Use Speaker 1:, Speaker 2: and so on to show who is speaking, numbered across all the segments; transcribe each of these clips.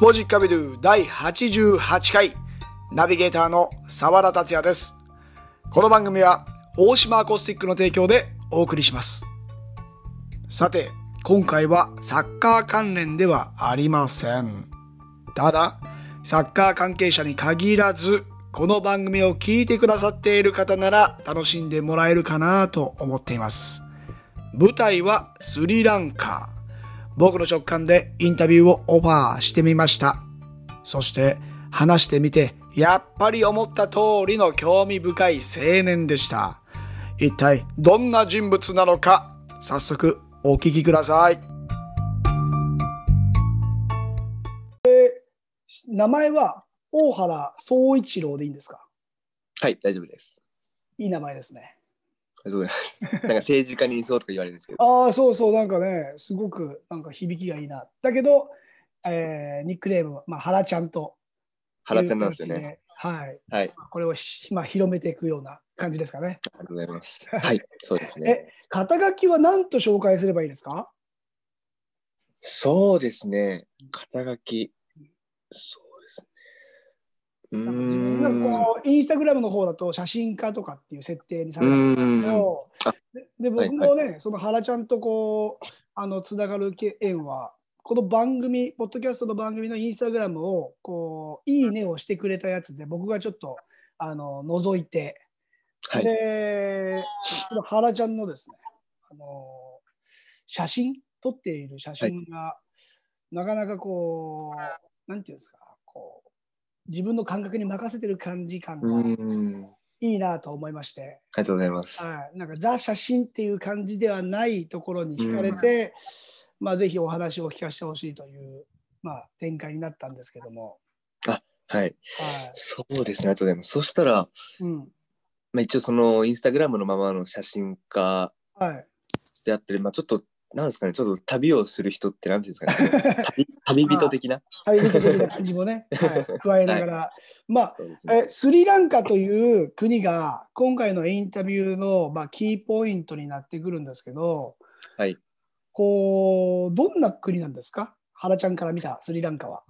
Speaker 1: ポジッカビドゥ第88回ナビゲーターの沢田達也です。この番組は大島アコースティックの提供でお送りします。さて、今回はサッカー関連ではありません。ただ、サッカー関係者に限らず、この番組を聞いてくださっている方なら楽しんでもらえるかなと思っています。舞台はスリランカ。僕の直感でインタビューをオファーしてみました。そして話してみて、やっぱり思った通りの興味深い青年でした。一体どんな人物なのか、早速お聞きください。
Speaker 2: 名前は大原総一郎でいいんですか
Speaker 3: はい大丈夫です
Speaker 2: いい名前ですね
Speaker 3: ありがとうございますなんか政治家にいそうとか言われるんですけど
Speaker 2: ああそうそうなんかねすごくなんか響きがいいなだけど、えー、ニックネームは、まあ、原ちゃんと
Speaker 3: 原ちゃんなんですよね
Speaker 2: はい、
Speaker 3: はい、
Speaker 2: これをひ、まあ、広めていくような感じですかね
Speaker 3: ありがとうございますはいそうですね
Speaker 2: え肩書きは何と紹介すればいいですか
Speaker 3: そうですね肩書きそう
Speaker 2: 自分なんかこうインスタグラムの方だと写真家とかっていう設定にされてるんだけどで僕もね、はいはい、その原ちゃんとこうあのつながる縁はこの番組ポッドキャストの番組のインスタグラムをこういいねをしてくれたやつで僕がちょっとあの覗いて、はい、で原ちゃんのですねあの写真撮っている写真が、はい、なかなかこうなんていうんですかこう自分の感覚に任せてる感じ感がいいなと思いまして。
Speaker 3: ありがとうございます。
Speaker 2: はい、なんかザ写真っていう感じではないところに惹かれて、まあぜひお話を聞かせてほしいというまあ展開になったんですけども。
Speaker 3: あ、はい、はい。そうですね。ありがとうございます。そしたら、うん、まあ一応そのインスタグラムのままの写真家であって、はい、まあちょっとなんですかね、ちょっと旅をする人ってなんていうんですか ね、旅人的な。
Speaker 2: 旅人的な感じも ね、はい、加えながら。はい、まあ、ね、え、スリランカという国が、今回のインタビューの、まあ、キーポイントになってくるんですけど、
Speaker 3: はい、
Speaker 2: こう、どんな国なんですか、原ちゃんから見たスリランカは。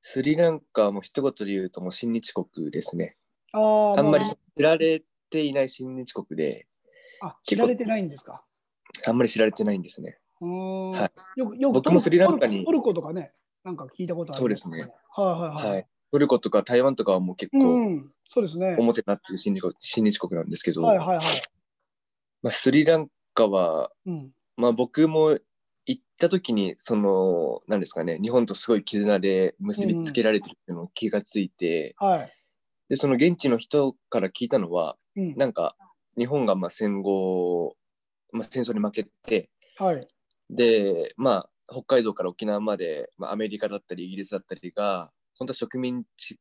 Speaker 3: スリランカはもう一言で言うと、もう親日国ですね。
Speaker 2: あ
Speaker 3: あんまり知られていない親日国で。
Speaker 2: あ、知られてないんですか。
Speaker 3: あんまり知られてないんですね。
Speaker 2: はい、よくよく
Speaker 3: 僕もスリランカに
Speaker 2: トルコとかね、なんか聞いたことある、
Speaker 3: そうですね。
Speaker 2: はいはいはい。はい、、
Speaker 3: トルコとか台湾とかはもう結構、うん
Speaker 2: そうですね。
Speaker 3: 表になってる新日国新日国なんですけど、
Speaker 2: はいはいはい。
Speaker 3: まあスリランカは、うん、まあ僕も行った時にそのなんですかね、日本とすごい絆で結びつけられてるっていうのを気がついて、
Speaker 2: うん、はい。
Speaker 3: でその現地の人から聞いたのは、うん、なんか日本がまあ戦後まあ、戦争に負けて、
Speaker 2: はい、
Speaker 3: で、まあ、北海道から沖縄まで、まあ、アメリカだったりイギリスだったりが本当は植民地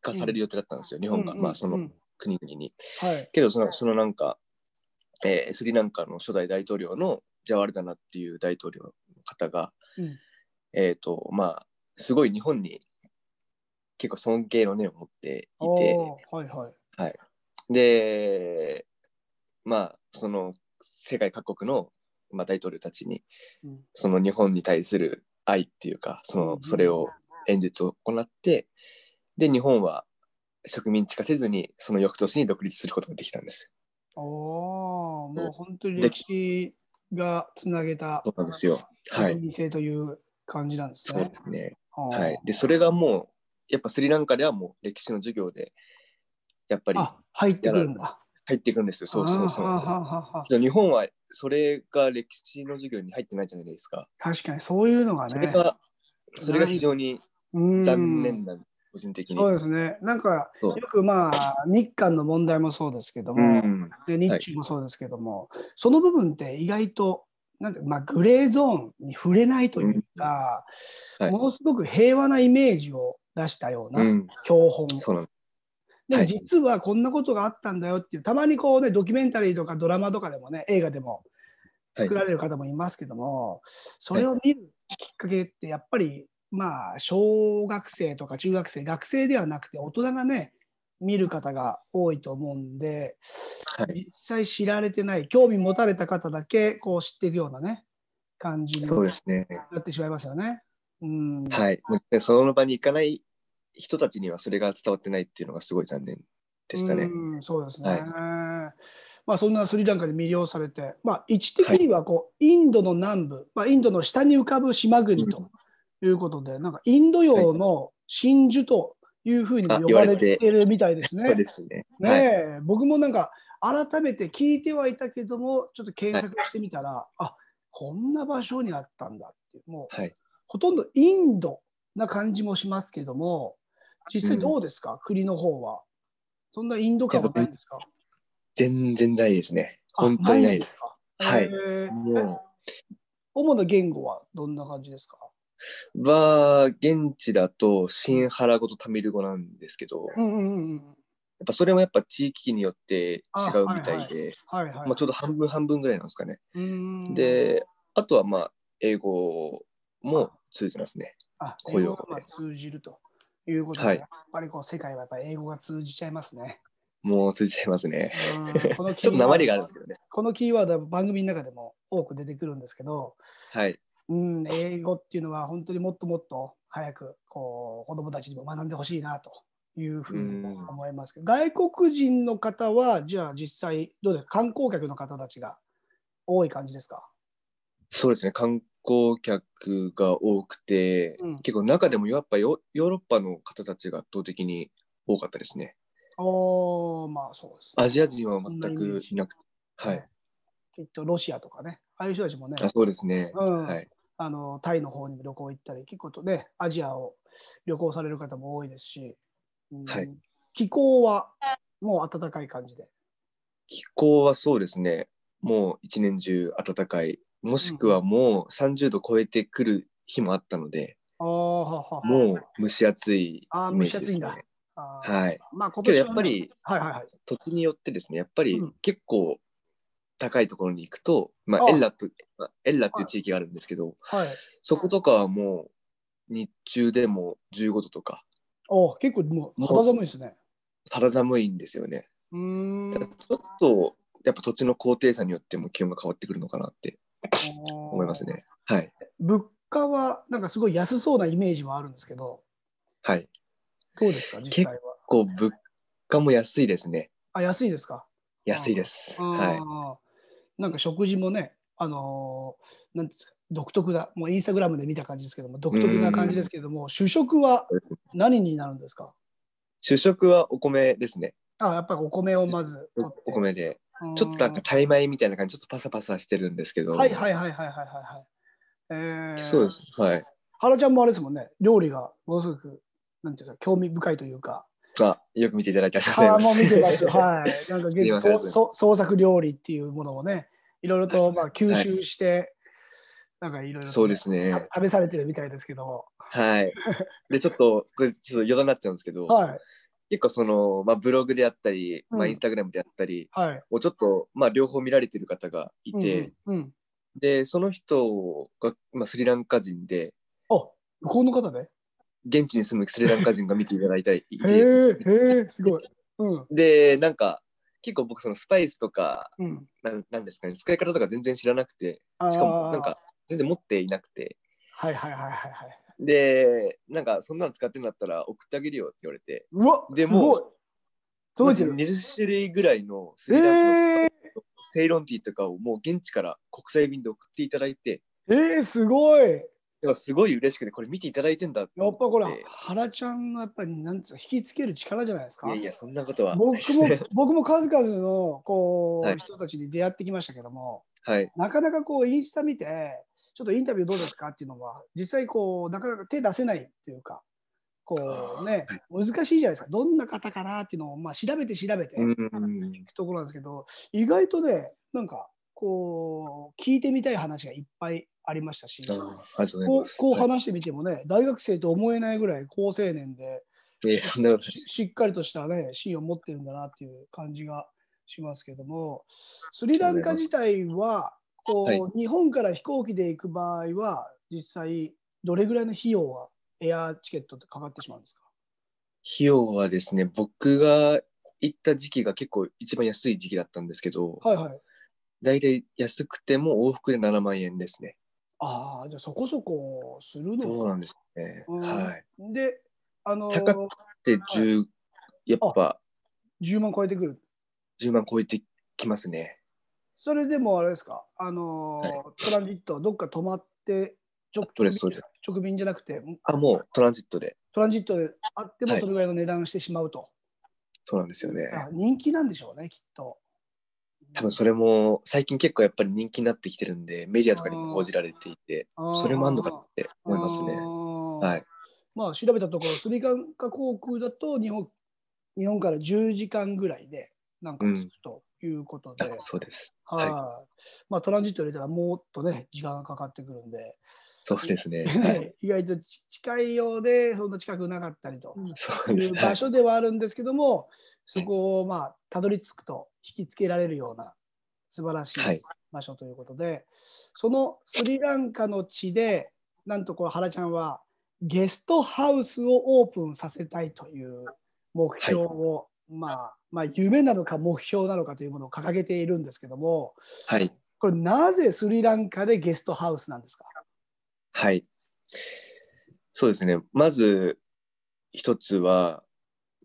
Speaker 3: 化される予定だったんですよ、うん、日本が、うんうんうん、まあ、その国々に。
Speaker 2: はい、
Speaker 3: けどそのそのなんか、えー、スリランカの初代大統領のジャワルダナっていう大統領の方が、うん、えっ、ー、とまあすごい日本に結構尊敬の念を持っていて、
Speaker 2: はいはい
Speaker 3: はい、でまあその世界各国の、まあ、大統領たちに、うん、その日本に対する愛っていうかそのそれを演説を行ってで日本は植民地化せずにその翌年に独立することができたんです。
Speaker 2: おもう本当に歴史がつなげた
Speaker 3: そうなんですよ。はい。
Speaker 2: 性という感じなんです
Speaker 3: ね。そうですね。はい。でそれがもうやっぱスリランカではもう歴史の授業でやっぱり
Speaker 2: 入ってくるんだ。
Speaker 3: 入っていくんですよ。そうそうそうそう日本はそれが歴史の授業に入ってないじゃないですか。
Speaker 2: 確かにそういうのがね。
Speaker 3: それがそれが非常に残念な個人的に。
Speaker 2: そうですね。なんかよくまあ日韓の問題もそうですけども、で日中もそうですけども、はい、その部分って意外となんかまあグレーゾーンに触れないというか、うんはい、ものすごく平和なイメージを出したような教本。
Speaker 3: うん、そうなんです
Speaker 2: でも実はこんなことがあったんだよっていう、たまにこうね、ドキュメンタリーとかドラマとかでもね、映画でも作られる方もいますけども、はい、それを見るきっかけって、やっぱり、まあ、小学生とか中学生、学生ではなくて、大人がね、見る方が多いと思うんで、はい、実際知られてない、興味持たれた方だけこう知っているようなね、感じに
Speaker 3: な
Speaker 2: ってしまいますよね。うん。
Speaker 3: はい。もうねその場に行かない人たちにはそれが伝わってないっていうのがすごい残念でしたね。
Speaker 2: うんそうですね。
Speaker 3: はい
Speaker 2: まあそんなスリランカで魅了されて、まあ位置的にはこう、インドの南部、まあインドの下に浮かぶ島国ということで、なんかインド洋の真珠というふうにも
Speaker 3: あ
Speaker 2: 呼
Speaker 3: 言
Speaker 2: ば
Speaker 3: わ
Speaker 2: れ
Speaker 3: れ
Speaker 2: て
Speaker 3: て
Speaker 2: るみたいです
Speaker 3: そう
Speaker 2: ね。
Speaker 3: ですね。
Speaker 2: ね
Speaker 3: はい
Speaker 2: え、僕もなんか改めて聞いてはいたけども、ちょっと検索してみたら、あこんな場所にあったんだっていう、もう
Speaker 3: はい。
Speaker 2: ほとんどインドな感じもしますけども、実際どうですか、国の方は。そんなインド感はないんですか
Speaker 3: 全然ないですね。
Speaker 2: あ
Speaker 3: 本当にない
Speaker 2: ん
Speaker 3: です。
Speaker 2: か
Speaker 3: はい
Speaker 2: へー
Speaker 3: も
Speaker 2: 主な言語はどんな感じですか
Speaker 3: う、は、現地だと、シンハラ語とタミル語なんですけど、や
Speaker 2: うんうんうん。
Speaker 3: っぱそれもやっぱ地域によって違うみた
Speaker 2: あ
Speaker 3: い
Speaker 2: はい
Speaker 3: で、
Speaker 2: はいはい。
Speaker 3: まあちょうど半分半分ぐらいなんですかね。
Speaker 2: うーん、
Speaker 3: で、あとはまあ、英語も通じますね。
Speaker 2: あ
Speaker 3: 雇用
Speaker 2: 英語がまあ通じるということで、
Speaker 3: はい
Speaker 2: やっぱりこう世界はやっぱり英語が通じちゃいますね。
Speaker 3: もう通じちゃいますね。
Speaker 2: うんこの
Speaker 3: ちょっと鉛があるん
Speaker 2: キーワード
Speaker 3: ですけどね。
Speaker 2: このキーワードは番組の中でも多く出てくるんですけど、
Speaker 3: はい。
Speaker 2: うん、英語っていうのは本当にもっともっと早くこう子どもたちにも学んでほしいなというふうに
Speaker 3: うん
Speaker 2: 思いますけど外国人の方はじゃあ実際どうですか観光客の方たちが多い感じですか
Speaker 3: そうですね。観光客が多くて、
Speaker 2: うん
Speaker 3: 結構中でもやっぱヨヨーロッパの方たちが圧倒的に多かったですね。
Speaker 2: おーまあそうですね、
Speaker 3: アジア人は
Speaker 2: そんなイ
Speaker 3: 全
Speaker 2: メー
Speaker 3: く
Speaker 2: ジ
Speaker 3: いなくて。はい。
Speaker 2: きっとロシアとかねああいう人たちもね
Speaker 3: あそうですね。
Speaker 2: うん
Speaker 3: はい。
Speaker 2: あのタイの方にも旅行行ったり結構とねアジアを旅行される方も多いですし、うん
Speaker 3: はい
Speaker 2: 気候はもう暖かい感じで。
Speaker 3: 気候はそうですね。もう一年中暖かい。もしくはもう30度超えてくる日もあったので、
Speaker 2: あーはは
Speaker 3: もう蒸し暑いイ
Speaker 2: あー
Speaker 3: メージ
Speaker 2: 蒸し
Speaker 3: で
Speaker 2: 暑い
Speaker 3: すね。
Speaker 2: んだあー
Speaker 3: はい。
Speaker 2: まあ今
Speaker 3: けど
Speaker 2: 年
Speaker 3: や
Speaker 2: はね
Speaker 3: っぱり
Speaker 2: はいはいはい。
Speaker 3: 土地によってですね、やっぱり
Speaker 2: うん
Speaker 3: 結構高いところに行くと、ま
Speaker 2: あ
Speaker 3: あ、エッラと、まあエッラっていう地域があるんですけど、
Speaker 2: はい、
Speaker 3: そことかはもう日中でも15度とか、
Speaker 2: お結構もう肌寒いですね。
Speaker 3: 肌寒いんですよね。
Speaker 2: うーん。
Speaker 3: ちょっと、やっぱ土地の高低差によっても気温が変わってくるのかなって 思
Speaker 2: 思
Speaker 3: います。ね。はい。
Speaker 2: 物価はなんかすごい安そうなイメージもあるんですけど、
Speaker 3: はい。
Speaker 2: どうですか実際は。
Speaker 3: こう、物価も安いですね。
Speaker 2: あ安いですか。
Speaker 3: 安いです。はい。
Speaker 2: はい。なんか食事もね、あのーなんていうんですか独特なもうインスタグラムで見た感じですけども独特な感じですけども主食は何になるんですか。
Speaker 3: 主食はお米ですね。
Speaker 2: あやっぱりお米をまず
Speaker 3: お
Speaker 2: 取って
Speaker 3: お米で。
Speaker 2: うん
Speaker 3: ちょっとなんかタイ米みたいな感じ、ちょっとパサパサしてるんですけど。
Speaker 2: はいはいはいはいはいはいはい。えー、
Speaker 3: そうです。はい。
Speaker 2: 原ちゃんもあれですもんね、料理がものすごく、なんていうんですか、興味深いというか、
Speaker 3: あ、よく見ていただいてありがとう
Speaker 2: あ
Speaker 3: ございます。
Speaker 2: もう見てますよ、 はい。なんか現
Speaker 3: い
Speaker 2: 地
Speaker 3: や
Speaker 2: そう
Speaker 3: そうです
Speaker 2: そう創作料理っていうものをね、いろいろ
Speaker 3: は
Speaker 2: と
Speaker 3: い
Speaker 2: まあ吸収して、なんかいろいろと ね
Speaker 3: そうです
Speaker 2: た
Speaker 3: ね。
Speaker 2: 食べされてるみたいですけど、
Speaker 3: はい。で、ちょっと、これ、ちょっと余談になっちゃうんですけど、
Speaker 2: はい、
Speaker 3: 結構その、まあ、ブログであったり、
Speaker 2: うん
Speaker 3: まあ、インスタグラムであったり、
Speaker 2: はい。
Speaker 3: をちょっと、まあ、両方見られてる方がいて、
Speaker 2: うんうんうん、
Speaker 3: で、その人が、まあ、スリランカ人で、
Speaker 2: あ向こうの方で
Speaker 3: 現地に住むスリランカ人が見ていただいたりい
Speaker 2: へ
Speaker 3: て、
Speaker 2: え、へえ、すごい。うん、
Speaker 3: で、なんか、結構僕、そのスパイスとか、
Speaker 2: うん。
Speaker 3: なんなんですかね、使い方とか全然知らなくて、
Speaker 2: あー
Speaker 3: しかも、なんか、全然持っていなくて、
Speaker 2: はいはいはいはいはい。
Speaker 3: で、なんか、そんなの使ってんだったら送ってあげるよって言われて、
Speaker 2: うわ、
Speaker 3: です
Speaker 2: ごい。届いてる。
Speaker 3: 20種類ぐらいのス
Speaker 2: え
Speaker 3: リランカの
Speaker 2: ー、
Speaker 3: セイロンティーとかをもう現地から国際便で送っていただいて、
Speaker 2: えー、すごい。
Speaker 3: だからすごい嬉しくて、これ見ていただいてんだって
Speaker 2: やっぱこれ
Speaker 3: い、
Speaker 2: 原ちゃんのやっぱり、なんつうの引きつける力じゃないですか。
Speaker 3: やいや、そんなことは。
Speaker 2: 僕も、僕も数々の、こう、
Speaker 3: はい
Speaker 2: 人たちに出会ってきましたけども、
Speaker 3: はい。
Speaker 2: なかなかこう、インスタ見て、ちょっとインタビューどうですかっていうのは、実際こう、なかなか手出せないっていうか、こうね、難しいじゃないですか。どんな方かなっていうのを、まあ、調べて調べて、
Speaker 3: う
Speaker 2: い
Speaker 3: ん。
Speaker 2: くところなんですけど、意外とね、なんか、こう、聞いてみたい話がいっぱいありましたし、
Speaker 3: あーありがとうござい
Speaker 2: こ
Speaker 3: ま
Speaker 2: う
Speaker 3: す。
Speaker 2: こう
Speaker 3: は
Speaker 2: 話してみてもね、大学生と思えないぐらい高青年で、
Speaker 3: いいや、そんなことない
Speaker 2: ししっかりとしたね、芯を持ってるんだなっていう感じがしますけども、スリランカ自体は、こう
Speaker 3: はい
Speaker 2: 日本から飛行機で行く場合は、実際、どれぐらいの費用はエアチケットってかかってしまうんですか
Speaker 3: 費用はですね、僕が行った時期が結構一番安い時期だったんですけど、
Speaker 2: はいはい。
Speaker 3: 大体安くても往復で7万円ですね。
Speaker 2: ああ、じゃあそこそこするの
Speaker 3: そうなんですね。
Speaker 2: うん
Speaker 3: はい。
Speaker 2: で、あのー
Speaker 3: 高くて10、やっぱ
Speaker 2: 10万超えてくる。
Speaker 3: 10万超えてきますね。
Speaker 2: それでもあれですか、あのー
Speaker 3: は
Speaker 2: トランジットはどっか止まって直
Speaker 3: そうですそうです
Speaker 2: 直便じゃなくて、
Speaker 3: あ、もうトランジットで。
Speaker 2: トランジットであっても
Speaker 3: はい
Speaker 2: それぐらいの値段してしまうと。
Speaker 3: そうなんですよね。
Speaker 2: あ人気なんでしょうね、きっと。
Speaker 3: 多分それも最近結構やっぱり人気になってきてるんで、メディアとかにも報じられていて、それもあんのかなって思いますね。
Speaker 2: は
Speaker 3: はい。
Speaker 2: まあ調べたところ、スリランカ航空だと日本日本から10時間ぐらいでなんか着くということで、
Speaker 3: あそうです。
Speaker 2: はい、
Speaker 3: は
Speaker 2: まあトランジット入れたらもっとね、時間がかかってくるんで、
Speaker 3: そうですね。
Speaker 2: 意外とち近いようで、そんな近くなかったりと
Speaker 3: そうで
Speaker 2: い
Speaker 3: す
Speaker 2: う
Speaker 3: ね。
Speaker 2: 場所ではあるんですけども、そこをまあたどり着くと引きつけられるような素晴らし
Speaker 3: はい
Speaker 2: い場所ということで、そのスリランカの地で、なんとこう原ちゃんはゲストハウスをオープンさせたいという目標を、まあ、まあ夢なのか目標なのかというものを掲げているんですけども、
Speaker 3: はい。
Speaker 2: これなぜスリランカでゲストハウスなんですか
Speaker 3: はい。そうですね。まず一つは、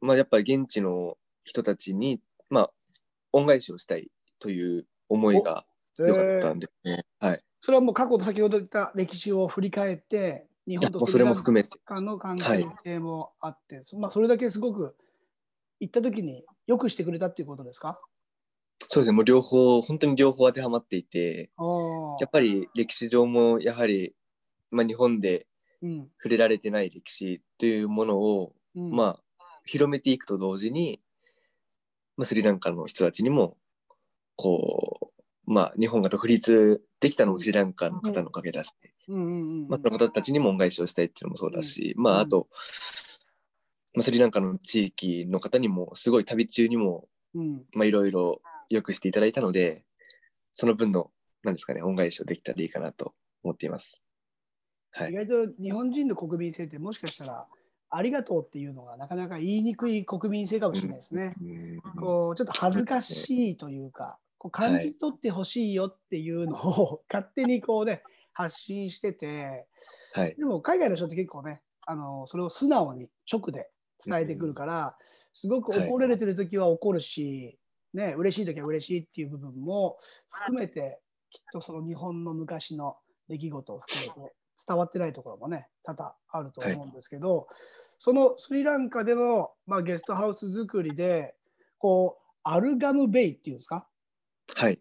Speaker 3: まあ、やっぱ現地の人たちに、まあ、恩返しをしたいという思いが強かったんで、ねはい。
Speaker 2: それはもう過去と先ほど言った歴史を振り返って、日
Speaker 3: いや
Speaker 2: 本
Speaker 3: も
Speaker 2: と
Speaker 3: うそれも含めて。
Speaker 2: めの関係性もあって、そまあ、それだけすごく行った時によくしてくれたっていうことですか
Speaker 3: そうですね。もう両方、本当に両方当てはまっていて、
Speaker 2: あー
Speaker 3: やっぱり歴史上もやはり、まあ、日本で
Speaker 2: うん
Speaker 3: 触れられてない歴史というものを、
Speaker 2: うん
Speaker 3: まあ、広めていくと同時に、まあ、スリランカの人たちにもこう、まあ、日本が独立できたのもスリランカの方のおかげだし、
Speaker 2: うんうんうん
Speaker 3: まあ、その方たちにも恩返しをしたいっていうのもそうだし、
Speaker 2: うん
Speaker 3: まあ、あと、まあ、スリランカの地域の方にもすごい旅中にも
Speaker 2: うん
Speaker 3: まあいろいろ良くしていただいたのでその分のなんですかね恩返しをできたらいいかなと思っています。は
Speaker 2: 意
Speaker 3: い、
Speaker 2: 外と日本人の国民性ってもしかしたらありがとうっていうのがなかなか言いにくい国民性かもしれないですね。
Speaker 3: うん
Speaker 2: こうちょっと恥ずかしいというか、こう感じ取ってほしいよっていうのを勝手にこうね発信してて、
Speaker 3: はい
Speaker 2: でも海外の人って結構ね、あのそれを素直に直で伝えてくるから、すごく怒られてる時は怒るし、ね嬉しい時は嬉しいっていう部分も含めて、きっとその日本の昔の出来事を含めて伝わってないところもね多々あると思うんですけど、そのスリランカでの、まあ、ゲストハウス作りでこうアルガムベイっていうんですか
Speaker 3: はい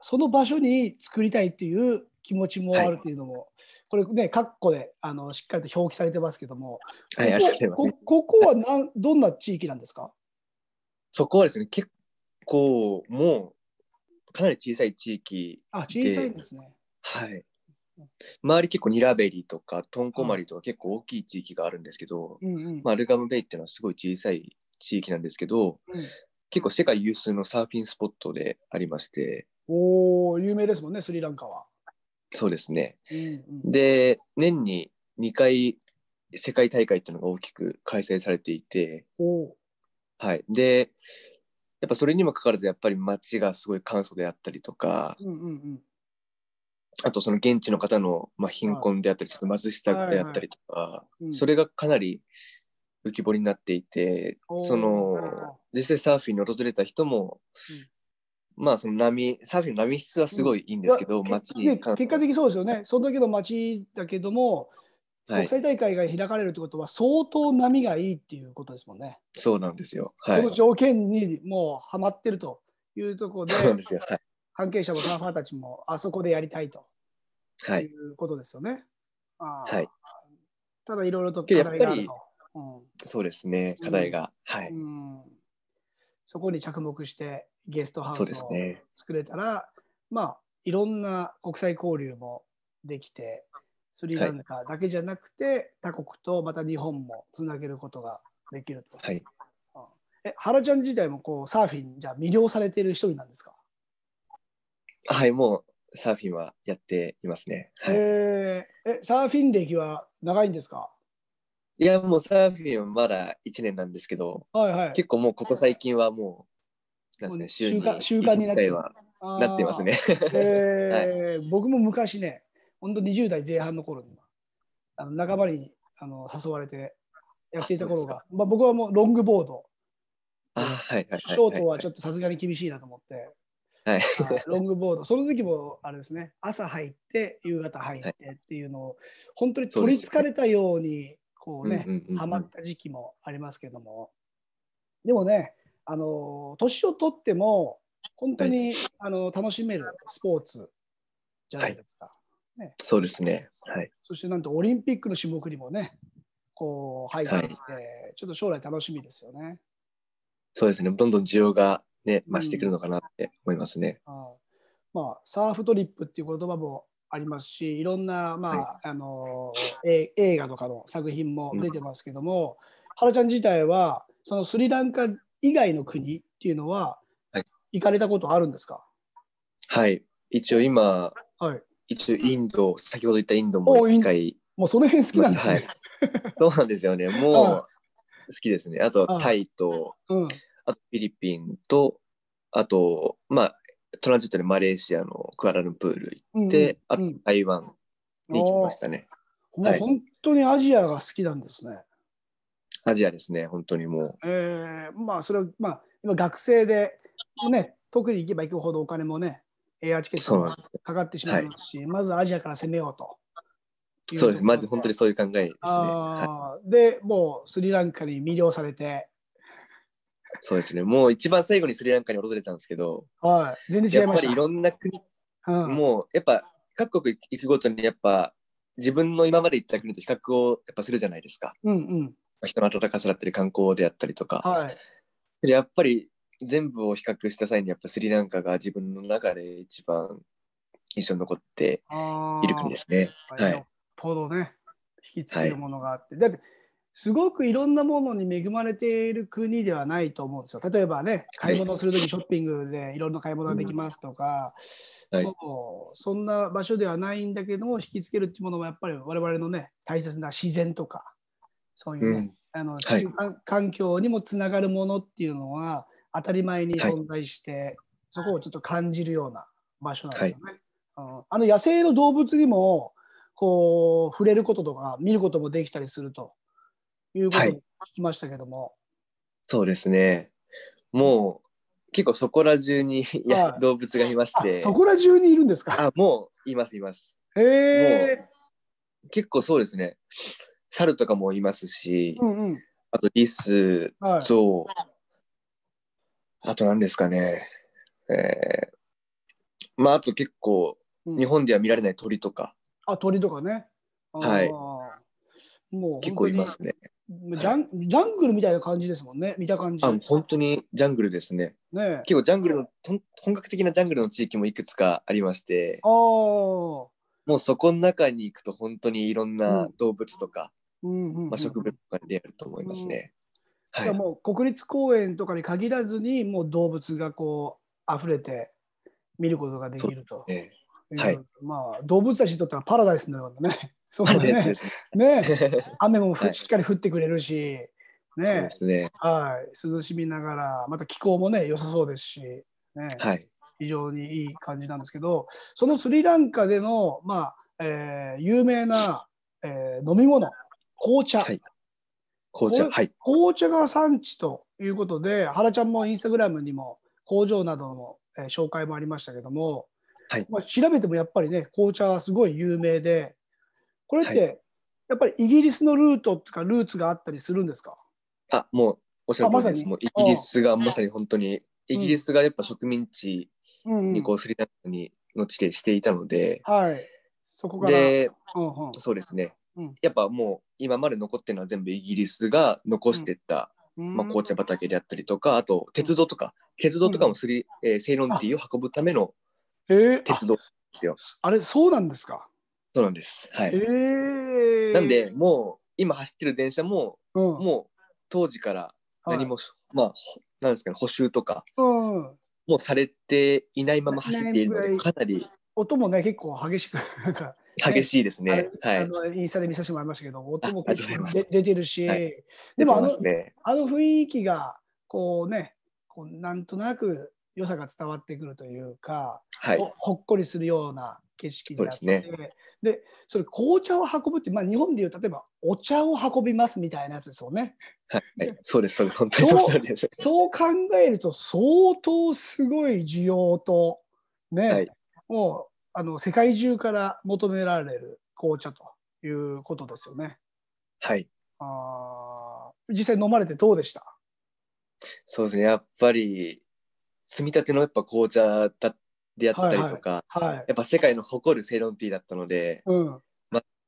Speaker 2: その場所に作りたいっていう気持ちもあるっていうのも、これね括弧であのしっかりと表記されてますけども、
Speaker 3: はい、ありがとうございます
Speaker 2: こ。こここはなんどんな地域なんですか
Speaker 3: そこはですね、結構もうかなり小さい地域、
Speaker 2: あ小さいんですね。
Speaker 3: はい。周り結構ニラベリとかトンコマリとか結構大きい地域があるんですけど、
Speaker 2: うんうん
Speaker 3: まあ、アルガムベイっていうのはすごい小さい地域なんですけど、
Speaker 2: うん
Speaker 3: 結構世界有数のサーフィンスポットでありまして、
Speaker 2: おお有名ですもんねスリランカは。
Speaker 3: そうですね。
Speaker 2: うんうん
Speaker 3: で、年に2回世界大会っていうのが大きく開催されていて、
Speaker 2: おー
Speaker 3: はい。で、やっぱそれにもかかわらず、やっぱり街がすごい簡素であったりとか、
Speaker 2: うんうんうん
Speaker 3: あとその現地の方の、まあ、貧困であったり、ちょっと貧しさであったりとか、
Speaker 2: うん
Speaker 3: それがかなり浮き彫りになっていて、
Speaker 2: おー
Speaker 3: そ
Speaker 2: はいはい
Speaker 3: の実際サーフィンに訪れた人も、まあその波、サーフィンの波質はすごいいいんですけど、
Speaker 2: いや
Speaker 3: 街
Speaker 2: ね
Speaker 3: に関して
Speaker 2: 結果的にそうですよね、その時の町だけども、
Speaker 3: は
Speaker 2: 国
Speaker 3: い、
Speaker 2: 際大会が開かれるってことは、相当波がいいっていうことですもんね。
Speaker 3: そうなんですよ。はい
Speaker 2: その、条件にもうはまってるというところで、
Speaker 3: そうなんですよ。はい。
Speaker 2: 関係者もサーファーたちもあそこでやりたいと
Speaker 3: はいい、
Speaker 2: うことですよね。あー
Speaker 3: はい
Speaker 2: ただ、いろいろと課
Speaker 3: けど
Speaker 2: 題がある
Speaker 3: や
Speaker 2: と、うん
Speaker 3: そうですね、課題が。はい、
Speaker 2: うんそこに着目してゲストハウス
Speaker 3: そ
Speaker 2: を
Speaker 3: うですね。
Speaker 2: 作れたら、まあいろんな国際交流もできてスリランカだけじゃなくて、他国とまた日本もつなげることができると。
Speaker 3: はい。
Speaker 2: え原ちゃん自体もこうサーフィンじゃ魅了されてる一人なんですか、
Speaker 3: はい、もうサーフィンはやっていますね。はい。
Speaker 2: えーえサーフィン歴は長いんですか
Speaker 3: いや、もうサーフィンはまだ1年なんですけど、
Speaker 2: はいはい。
Speaker 3: 結構もうここ最近はもう、なんですね、週
Speaker 2: もう
Speaker 3: に
Speaker 2: 習慣習慣になっ
Speaker 3: 1回
Speaker 2: て
Speaker 3: はなってますね。
Speaker 2: えー僕も昔ね、本当20代前半の頃にあの仲間にあの誘われてやっていた頃が、まあ、僕はもうロングボード、
Speaker 3: あはいはいはいはいはい
Speaker 2: ショートはちょっとさすがに厳しいなと思って、
Speaker 3: はい
Speaker 2: はいロングボード、その時もあれですね、朝入って、夕方入ってっていうのを、本当に取りつかれたように、こうね、
Speaker 3: うんうんうんうん
Speaker 2: ハマった時期もありますけども、でもね、あの年を取っても、本当に、あの楽しめるスポーツじゃないですか。
Speaker 3: そうですね。はい。
Speaker 2: そしてなんとオリンピックの種目にもね、こう入っていて、ちょっと将来楽しみですよね。
Speaker 3: そうですね。どんどん需要がね、増してくるのかなって思いますね。
Speaker 2: あまあ、サーフトリップっていう言葉もありますしいろんな、まあ
Speaker 3: は
Speaker 2: あのえ映画とかの作品も出てますけども、原ちゃん自体はそのスリランカ以外の国っていうのは、
Speaker 3: はい
Speaker 2: 行かれたことあるんですか、
Speaker 3: はい。一応今、
Speaker 2: はい、
Speaker 3: 一応インド、先ほど言ったインドも
Speaker 2: おイン
Speaker 3: 一回
Speaker 2: もうその辺好き
Speaker 3: 行
Speaker 2: な
Speaker 3: き
Speaker 2: ん
Speaker 3: ま
Speaker 2: で
Speaker 3: した。
Speaker 2: すね。
Speaker 3: はい。そうなんです よね。もう好きですね。あと
Speaker 2: ああ
Speaker 3: タイと、
Speaker 2: うん
Speaker 3: あとフィリピンと、あと、まあ、トランジットでマレーシアのクアラルンプール行
Speaker 2: うん
Speaker 3: って、
Speaker 2: うん
Speaker 3: あと台湾に行きましたね。
Speaker 2: おーもう
Speaker 3: はい
Speaker 2: 本当にアジアが好きなんですね。
Speaker 3: アジアですね、本当にも
Speaker 2: えーまあそれはまあ今学生で、ね、特に行けば行くほどお金もねエアチケ
Speaker 3: う。
Speaker 2: ッ
Speaker 3: そ
Speaker 2: ト
Speaker 3: う
Speaker 2: も
Speaker 3: なんですよ。
Speaker 2: かかってしまいますし、まずアジアから攻めようと。
Speaker 3: そうです。まず本当に
Speaker 2: で
Speaker 3: そういう考えですね。
Speaker 2: す
Speaker 3: は
Speaker 2: ね。
Speaker 3: い
Speaker 2: あーで、もうスリランカに魅了されて、
Speaker 3: そうですね。もう一番最後にスリランカに訪れたんですけど、
Speaker 2: はい、全
Speaker 3: や
Speaker 2: 然違い
Speaker 3: っ
Speaker 2: ま
Speaker 3: ぱ
Speaker 2: し
Speaker 3: り
Speaker 2: た。
Speaker 3: いろんな国、
Speaker 2: うん
Speaker 3: もうやっぱ各国行くごとにやっぱ自分の今まで行った国と比較をやっぱするじゃないですか。
Speaker 2: うんうん。
Speaker 3: 人の温かさだったり観光であったりとか。
Speaker 2: はい。
Speaker 3: でやっぱり全部を比較した際にやっぱスリランカが自分の中で一番印象に残って
Speaker 2: あー
Speaker 3: いる国ですね。は
Speaker 2: よっ
Speaker 3: い。
Speaker 2: ぽどね、引きつけるものがあって。だって、すごくいろんなものに恵まれている国ではないと思うんですよ。例えばね、
Speaker 3: はい
Speaker 2: 買い物するときショッピングでいろんな買い物ができますとか、
Speaker 3: はい
Speaker 2: もうそんな場所ではないんだけども、引きつけるっていうものはやっぱり我々のね、大切な自然とか、そういううね、
Speaker 3: ん。
Speaker 2: あの
Speaker 3: は
Speaker 2: 地
Speaker 3: い
Speaker 2: 球環環境にもつながるものっていうのは当たり前に存在して、そこをちょっと感じるような場所なんですよね。うんあの野生の動物にもこう触れることとか見ることもできたりするということを
Speaker 3: はい
Speaker 2: 聞きましたけども、
Speaker 3: そうですね。もう結構そこら中にいや
Speaker 2: はい
Speaker 3: 動物がいまして
Speaker 2: あ。そこら中にいるんですか。
Speaker 3: あ、もういますいます。
Speaker 2: へえ。
Speaker 3: 結構そうですね。猿とかもいますし、
Speaker 2: うんうん。
Speaker 3: あとリス、
Speaker 2: はい。
Speaker 3: ゾウ、あと何ですかね。えーまああと結構
Speaker 2: うん
Speaker 3: 日本では見られない鳥とか
Speaker 2: あ鳥とかね。あー
Speaker 3: はい
Speaker 2: もう
Speaker 3: 結構いますね。
Speaker 2: 本当にジャンジャングルみたいな感じですもんね。見た感じ。
Speaker 3: あ本当にジャングルですね。
Speaker 2: ね。
Speaker 3: 結構ジャングルのとん本格的なジャングルの地域もいくつかありまして
Speaker 2: あ、あ。
Speaker 3: もうそこの中に行くと本当にいろん
Speaker 2: う
Speaker 3: なん動物とか、
Speaker 2: うんうんうん
Speaker 3: まあ、植物とかに出会えると思いますね。
Speaker 2: だ
Speaker 3: は
Speaker 2: から
Speaker 3: い、
Speaker 2: もう国立公園とかに限らずにもう動物がこう溢れて見ることができると
Speaker 3: え
Speaker 2: いう
Speaker 3: はい
Speaker 2: まあ動物たちにとってはパラダイスのよう なねそうだ
Speaker 3: ーです
Speaker 2: ね
Speaker 3: ですね。
Speaker 2: ね雨もふ
Speaker 3: はい
Speaker 2: しっかり降ってくれるし、
Speaker 3: そうで
Speaker 2: ね
Speaker 3: すね。
Speaker 2: はい、涼しみながらまた気候もね良さそうですし、ね
Speaker 3: はい。
Speaker 2: 非常にいい感じなんですけどそのスリランカでの、まあえー有名な、えー飲み物紅茶、
Speaker 3: はい紅茶、
Speaker 2: これ
Speaker 3: はい。
Speaker 2: 紅茶が産地ということで、原ちゃんもインスタグラムにも工場などのえー紹介もありましたけども、
Speaker 3: はい
Speaker 2: まあ、調べてもやっぱりね、紅茶はすごい有名で、これってやっぱりイギリスのルートっていうか、ルーツがあったりするんですか
Speaker 3: あ、もうおっしゃる通りで
Speaker 2: あまさに
Speaker 3: す。もうイギリスがまさに本当に、イギリスがやっぱ植民地
Speaker 2: うんう
Speaker 3: に
Speaker 2: ん
Speaker 3: こうスリランカにの地でしていたので、
Speaker 2: はい、そこから。
Speaker 3: で、
Speaker 2: うんうん
Speaker 3: そうですね
Speaker 2: うん。
Speaker 3: やっぱもう今まで残ってるのは全部イギリスが残してった、まあ、紅茶畑であったりとか、あと鉄道とか、鉄道とかもスリ、えーセイロンティーを運ぶための
Speaker 2: えーあ
Speaker 3: 鉄道ですよ。
Speaker 2: あれ、そうなんですか。
Speaker 3: そうなんです。は
Speaker 2: え
Speaker 3: い。
Speaker 2: ー
Speaker 3: なんで、もう今走ってる電車も、
Speaker 2: うん
Speaker 3: もう当時から何も、まあ、ほなんですかね、補修とか、
Speaker 2: はいうん
Speaker 3: もうされていないまま走っているの
Speaker 2: な
Speaker 3: で、
Speaker 2: いぐら
Speaker 3: かなり
Speaker 2: 音もね、結構激しく、なんか
Speaker 3: 激しいです
Speaker 2: あ
Speaker 3: ね
Speaker 2: れ。
Speaker 3: は
Speaker 2: あ
Speaker 3: い。
Speaker 2: のインスタで見させてもらいましたけど、音も
Speaker 3: あありがとうございます
Speaker 2: で出てるし、
Speaker 3: はい
Speaker 2: でもあの
Speaker 3: 出てますね、
Speaker 2: あの雰囲気が、こうね、こうなんとなく良さが伝わってくるというか、
Speaker 3: はい。
Speaker 2: ほ、ほっこりするような、景色
Speaker 3: そう
Speaker 2: があ
Speaker 3: で
Speaker 2: って
Speaker 3: すね
Speaker 2: でそれ紅茶を運ぶって、まあ、日本でいう例えばお茶を運びますみたいなやつですよね。
Speaker 3: はい、はい、そうです、そうです、本当にその通りです。
Speaker 2: そう考えると相当すごい需要とね、
Speaker 3: はい
Speaker 2: もうあの世界中から求められる紅茶ということですよね。
Speaker 3: はい、
Speaker 2: あー実際飲まれてどうでした
Speaker 3: そうですね、やっぱり、積み立てのやっぱ紅茶だであったりとか、
Speaker 2: はい。
Speaker 3: やっぱ世界の誇るセイロンティーだったので、
Speaker 2: うん、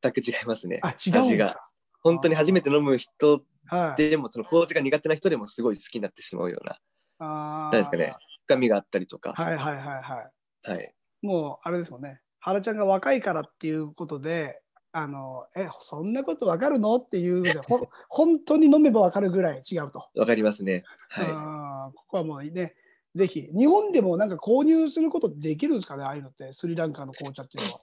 Speaker 3: 全く違いますね。
Speaker 2: あ違うん
Speaker 3: 味
Speaker 2: です
Speaker 3: が。本当に初めて飲む人
Speaker 2: か。はい。
Speaker 3: でも、その紅茶が苦手な人でもすごい好きになってしまうような、
Speaker 2: あー
Speaker 3: なんですかね、深みがあったりとか、
Speaker 2: はいはいはいは
Speaker 3: はい、
Speaker 2: い。もうあれですもんね。原ちゃんが若いからっていうことで、あのえそんなことわかるのっていうので ほ本当に飲めばわかるぐらい違うと。
Speaker 3: わかりますね。は
Speaker 2: あーここはもうね、ぜひ、日本でもなんか購入することできるんですかね、ああいうのって、スリランカの紅茶っていうの
Speaker 3: い、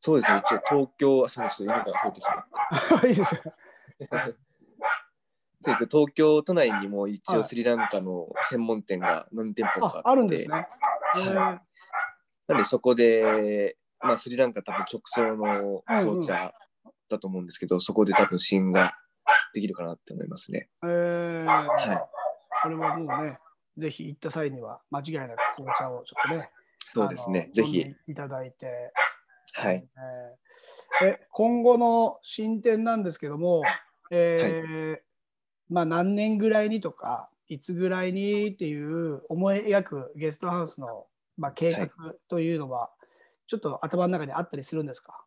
Speaker 3: そうですね、ちょっと東京、そうですね、今から増えてしまった
Speaker 2: は。いいですよ。
Speaker 3: そうですね東京都内にも一
Speaker 2: は
Speaker 3: 応
Speaker 2: い
Speaker 3: スリランカの専門店が何店舗か
Speaker 2: あ
Speaker 3: あ
Speaker 2: あ
Speaker 3: って
Speaker 2: るんですね。えー
Speaker 3: なんでそこで、まあ、スリランカ多分直送の紅茶だと思うんですけど、そこで多分試飲ができるかなって思いますね。
Speaker 2: えー
Speaker 3: はい
Speaker 2: これはもうね、ぜひ行った際には、間違いなく紅茶をちょっとね、
Speaker 3: そうですね、
Speaker 2: あ
Speaker 3: ぜ
Speaker 2: の
Speaker 3: ひ
Speaker 2: 飲ん。でいただいて、
Speaker 3: はい。
Speaker 2: えーえ今後の進展なんですけども、えーまあ、何年ぐらいにとかいつぐらいにっていう思い描くゲストハウスの、まあ、計
Speaker 3: は
Speaker 2: 画
Speaker 3: い
Speaker 2: というのは、ちょっと頭の中にあったりするんですか、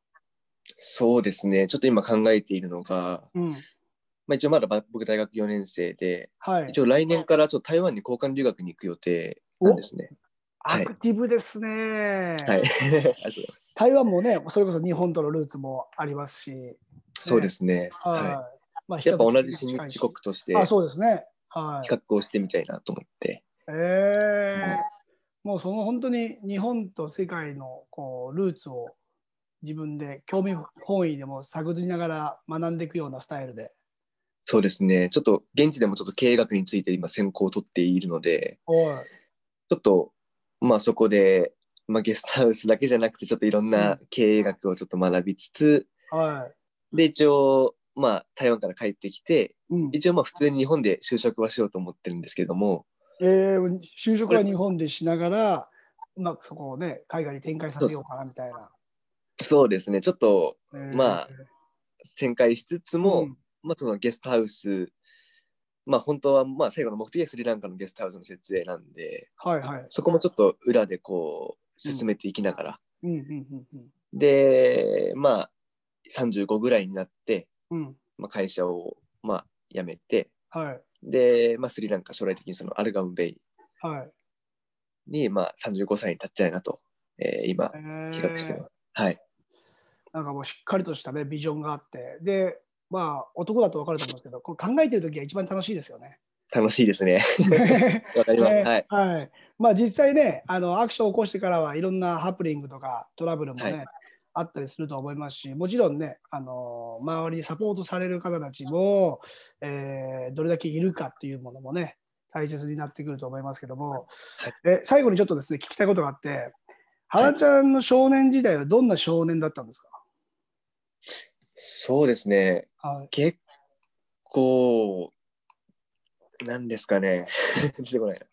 Speaker 3: そうですね、ちょっと今考えているのが、
Speaker 2: うん
Speaker 3: まあ、一応まだば僕大学4年生で、
Speaker 2: はい
Speaker 3: 一、応来年からちょっと台湾に交換留学に行く予定なんですね。は
Speaker 2: ア
Speaker 3: い
Speaker 2: クティブですね、
Speaker 3: はい。ありがとうございます。
Speaker 2: 台湾もねそれこそ日本とのルーツもありますし、
Speaker 3: そうですね。は
Speaker 2: まあ
Speaker 3: い。やっぱ同
Speaker 2: 比
Speaker 3: じ
Speaker 2: 較的
Speaker 3: 新
Speaker 2: 近い
Speaker 3: 日
Speaker 2: し
Speaker 3: 国として、
Speaker 2: あそうですねはい
Speaker 3: 比較をしてみたいなと思って。
Speaker 2: ええ
Speaker 3: うん
Speaker 2: もうその本当に日本と世界のこうルーツを自分で興味本位でも探りながら学んでいくようなスタイルで。
Speaker 3: そうですね。ちょっと現地でもちょっと経営学について今専攻を取っているので、
Speaker 2: おい
Speaker 3: ちょっとまあそこで、まあ、ゲストハウスだけじゃなくてちょっといろんな経営学をちょっと学びつつ、
Speaker 2: は
Speaker 3: で一応まあ台湾から帰ってきて、
Speaker 2: い。うん、え
Speaker 3: 一応まあ普通に日本で就職はしようと思ってるんですけれども、
Speaker 2: え就職は日本でしながら、うまくそこをね、海外に展開させようかなみたいな。
Speaker 3: そうですね。ちょっとまあ
Speaker 2: え
Speaker 3: 展開しつつ
Speaker 2: え
Speaker 3: も、
Speaker 2: うん
Speaker 3: まあそのゲストハウス、まあ本当はまあ最後の目的はスリランカのゲストハウスの設営なんで、
Speaker 2: はいはい。
Speaker 3: そこもちょっと裏でこう進めていきながら、
Speaker 2: うんうんうん
Speaker 3: でまあ35ぐらいになって、
Speaker 2: うん。うん。
Speaker 3: まあ、会社をまあ辞めて
Speaker 2: はい
Speaker 3: で、まあ、スリランカ将来的にそのアルガムベイ
Speaker 2: はい。
Speaker 3: にまあ35歳に立ちたいなと、えー今
Speaker 2: え
Speaker 3: 企画してます、
Speaker 2: え
Speaker 3: はい
Speaker 2: なんかもうしっかりとしたね、ビジョンがあって。で、まあ男だと分かると思うんですけど、こう考えてる時が一番楽しいですよね。
Speaker 3: 楽しいですね わかります、
Speaker 2: ね
Speaker 3: はい
Speaker 2: はい。まあ実際ね、あのアクションを起こしてからはいろんなハプニングとかトラブルもね、
Speaker 3: はい
Speaker 2: あったりすると思いますし、もちろんね、あの周りにサポートされる方たちも、えーどれだけいるかっていうものもね、大切になってくると思いますけども、
Speaker 3: はい
Speaker 2: え最後にちょっとですね、聞きたいことがあって、原ちゃんの少年時代はどんな少年だったんです
Speaker 3: そうですね
Speaker 2: か、はい、
Speaker 3: 結構なんですかね 出てこないな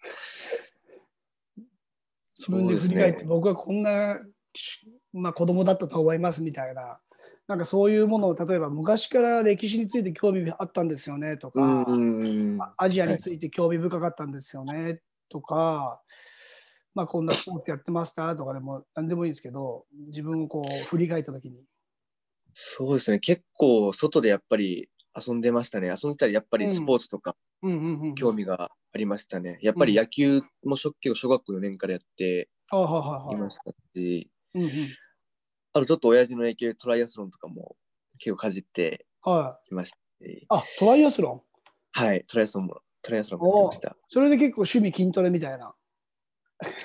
Speaker 2: 自分で振り
Speaker 3: そう
Speaker 2: 返っ
Speaker 3: で
Speaker 2: て、
Speaker 3: すね
Speaker 2: 僕はこんな、しまあ、子供だったと思いますみたいな、なんかそういうものを、例えば昔から歴史について興味あったんですよねとか、
Speaker 3: うんうんうん
Speaker 2: あアジアについて興味深かったんですよねとか、まあ、こんなスポーツやってましたとかでも何でもいいんですけど、自分をこう振り返ったときに。
Speaker 3: そうですね結構外でやっぱり遊んでましたね遊んでたらやっぱりスポーツとか
Speaker 2: うんうんうん、
Speaker 3: 興味がありましたね。やっぱり野球も小結構小学校4年からやって
Speaker 2: あは
Speaker 3: い
Speaker 2: いはいは
Speaker 3: ま
Speaker 2: い
Speaker 3: したし、
Speaker 2: うんうん
Speaker 3: あとちょっと親父の影響でトライアスロンとかも結構かじって
Speaker 2: はい
Speaker 3: きましたし、
Speaker 2: あトライアスロン。
Speaker 3: はい、トライアスロンも、トライアスロンもやってました。
Speaker 2: それで結構趣味筋トレみたいな。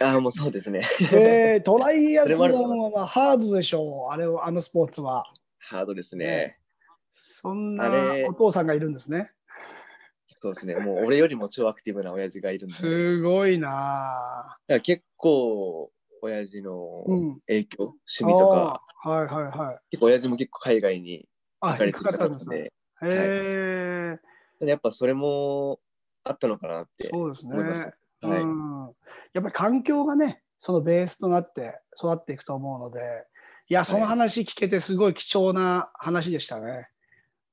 Speaker 3: ああ、もうそうです ね。
Speaker 2: えー、トライアスロンはまあハードでしょう、あれをあのスポーツは。
Speaker 3: ハードですね
Speaker 2: ね。そんな
Speaker 3: あれ
Speaker 2: お父さんがいるんですね。
Speaker 3: そうですね。もう俺よりも超アクティブな親父がいるんで、だか
Speaker 2: すごいな
Speaker 3: ら結構、親父の
Speaker 2: うん。
Speaker 3: 影響、趣味とか、
Speaker 2: あー。はいはいはい。
Speaker 3: 結構親父も結構海外に
Speaker 2: あ
Speaker 3: 行かれてる
Speaker 2: 低かった
Speaker 3: 方な
Speaker 2: ん
Speaker 3: の
Speaker 2: ですね。へ
Speaker 3: で、
Speaker 2: え、
Speaker 3: ただやっぱそれもあったのかなって。
Speaker 2: そうですね。。
Speaker 3: 思いますはいう
Speaker 2: ん、やっぱり環境がね、そのベースとなって育っていくと思うので、いや、その話聞けてすごい貴重な話でしたね。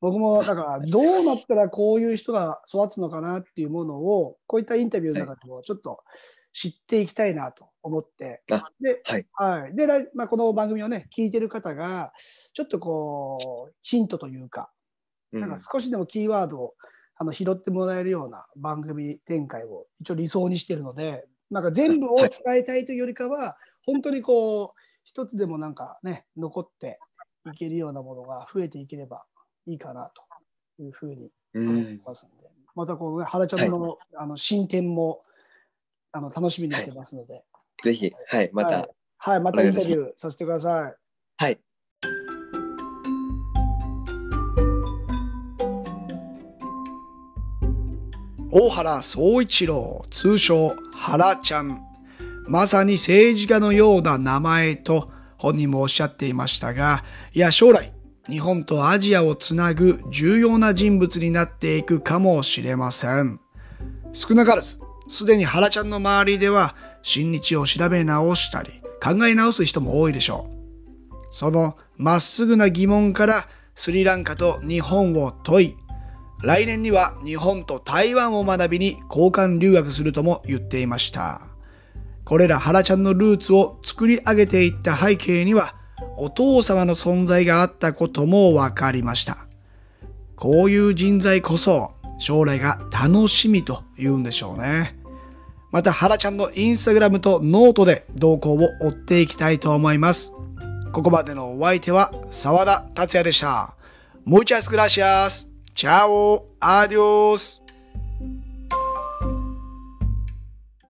Speaker 2: 僕も、だから、どうなったらこういう人が育つのかなっていうものを、こういったインタビューの中でもちょっと知っていきたいなと思って、
Speaker 3: あ
Speaker 2: で、
Speaker 3: はい
Speaker 2: はいで来まあ、この番組をね、聞いてる方が、ちょっとこう、ヒントというか、
Speaker 3: うん
Speaker 2: なんか少しでもキーワードをあの拾ってもらえるような番組展開を一応理想にしてるのでなんか全部を伝えたいというよりかは本当にこう一つでもなんかね残っていけるようなものが増えていければいいかなというふうに
Speaker 3: う
Speaker 2: 思
Speaker 3: ん
Speaker 2: いますので、またこの、ね、原ちゃんの,、あの進展もあの楽しみにしてますので、
Speaker 3: ぜひ、はい、また、
Speaker 2: はい、またインタビューさせてください。
Speaker 3: はい、
Speaker 1: 大原総一郎、通称原ちゃん。まさに政治家のような名前と本人もおっしゃっていましたが、いや将来、日本とアジアをつなぐ重要な人物になっていくかもしれません。少なからず、すでに原ちゃんの周りでは、新日を調べ直したり、考え直す人も多いでしょう。そのまっすぐな疑問からスリランカと日本を問い、来年には日本と台湾を学びに交換留学するとも言っていました。これら原ちゃんのルーツを作り上げていった背景には、お父様の存在があったこともわかりました。こういう人材こそ将来が楽しみと言うんでしょうね。また原ちゃんのインスタグラムとノートで動向を追っていきたいと思います。ここまでのお相手は沢田達也でした。Muchas gracias. Chao. Adios.